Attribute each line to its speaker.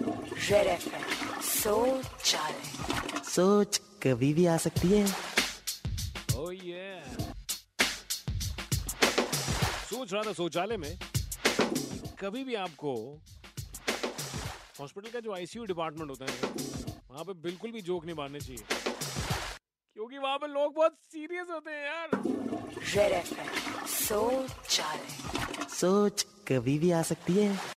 Speaker 1: Red FM सोच चाहे
Speaker 2: सोच कभी भी आ सकती है
Speaker 3: Oh yeah. सोच रहा था शौचालय में कि कभी भी आपको हॉस्पिटल का जो आईसीयू डिपार्टमेंट होता है वहां पे बिल्कुल भी जोक नहीं मारने चाहिए क्योंकि वहां पे लोग बहुत सीरियस होते हैं यार
Speaker 1: रेड एफएम सोच चाहे
Speaker 2: सोच कभी भी आ सकती है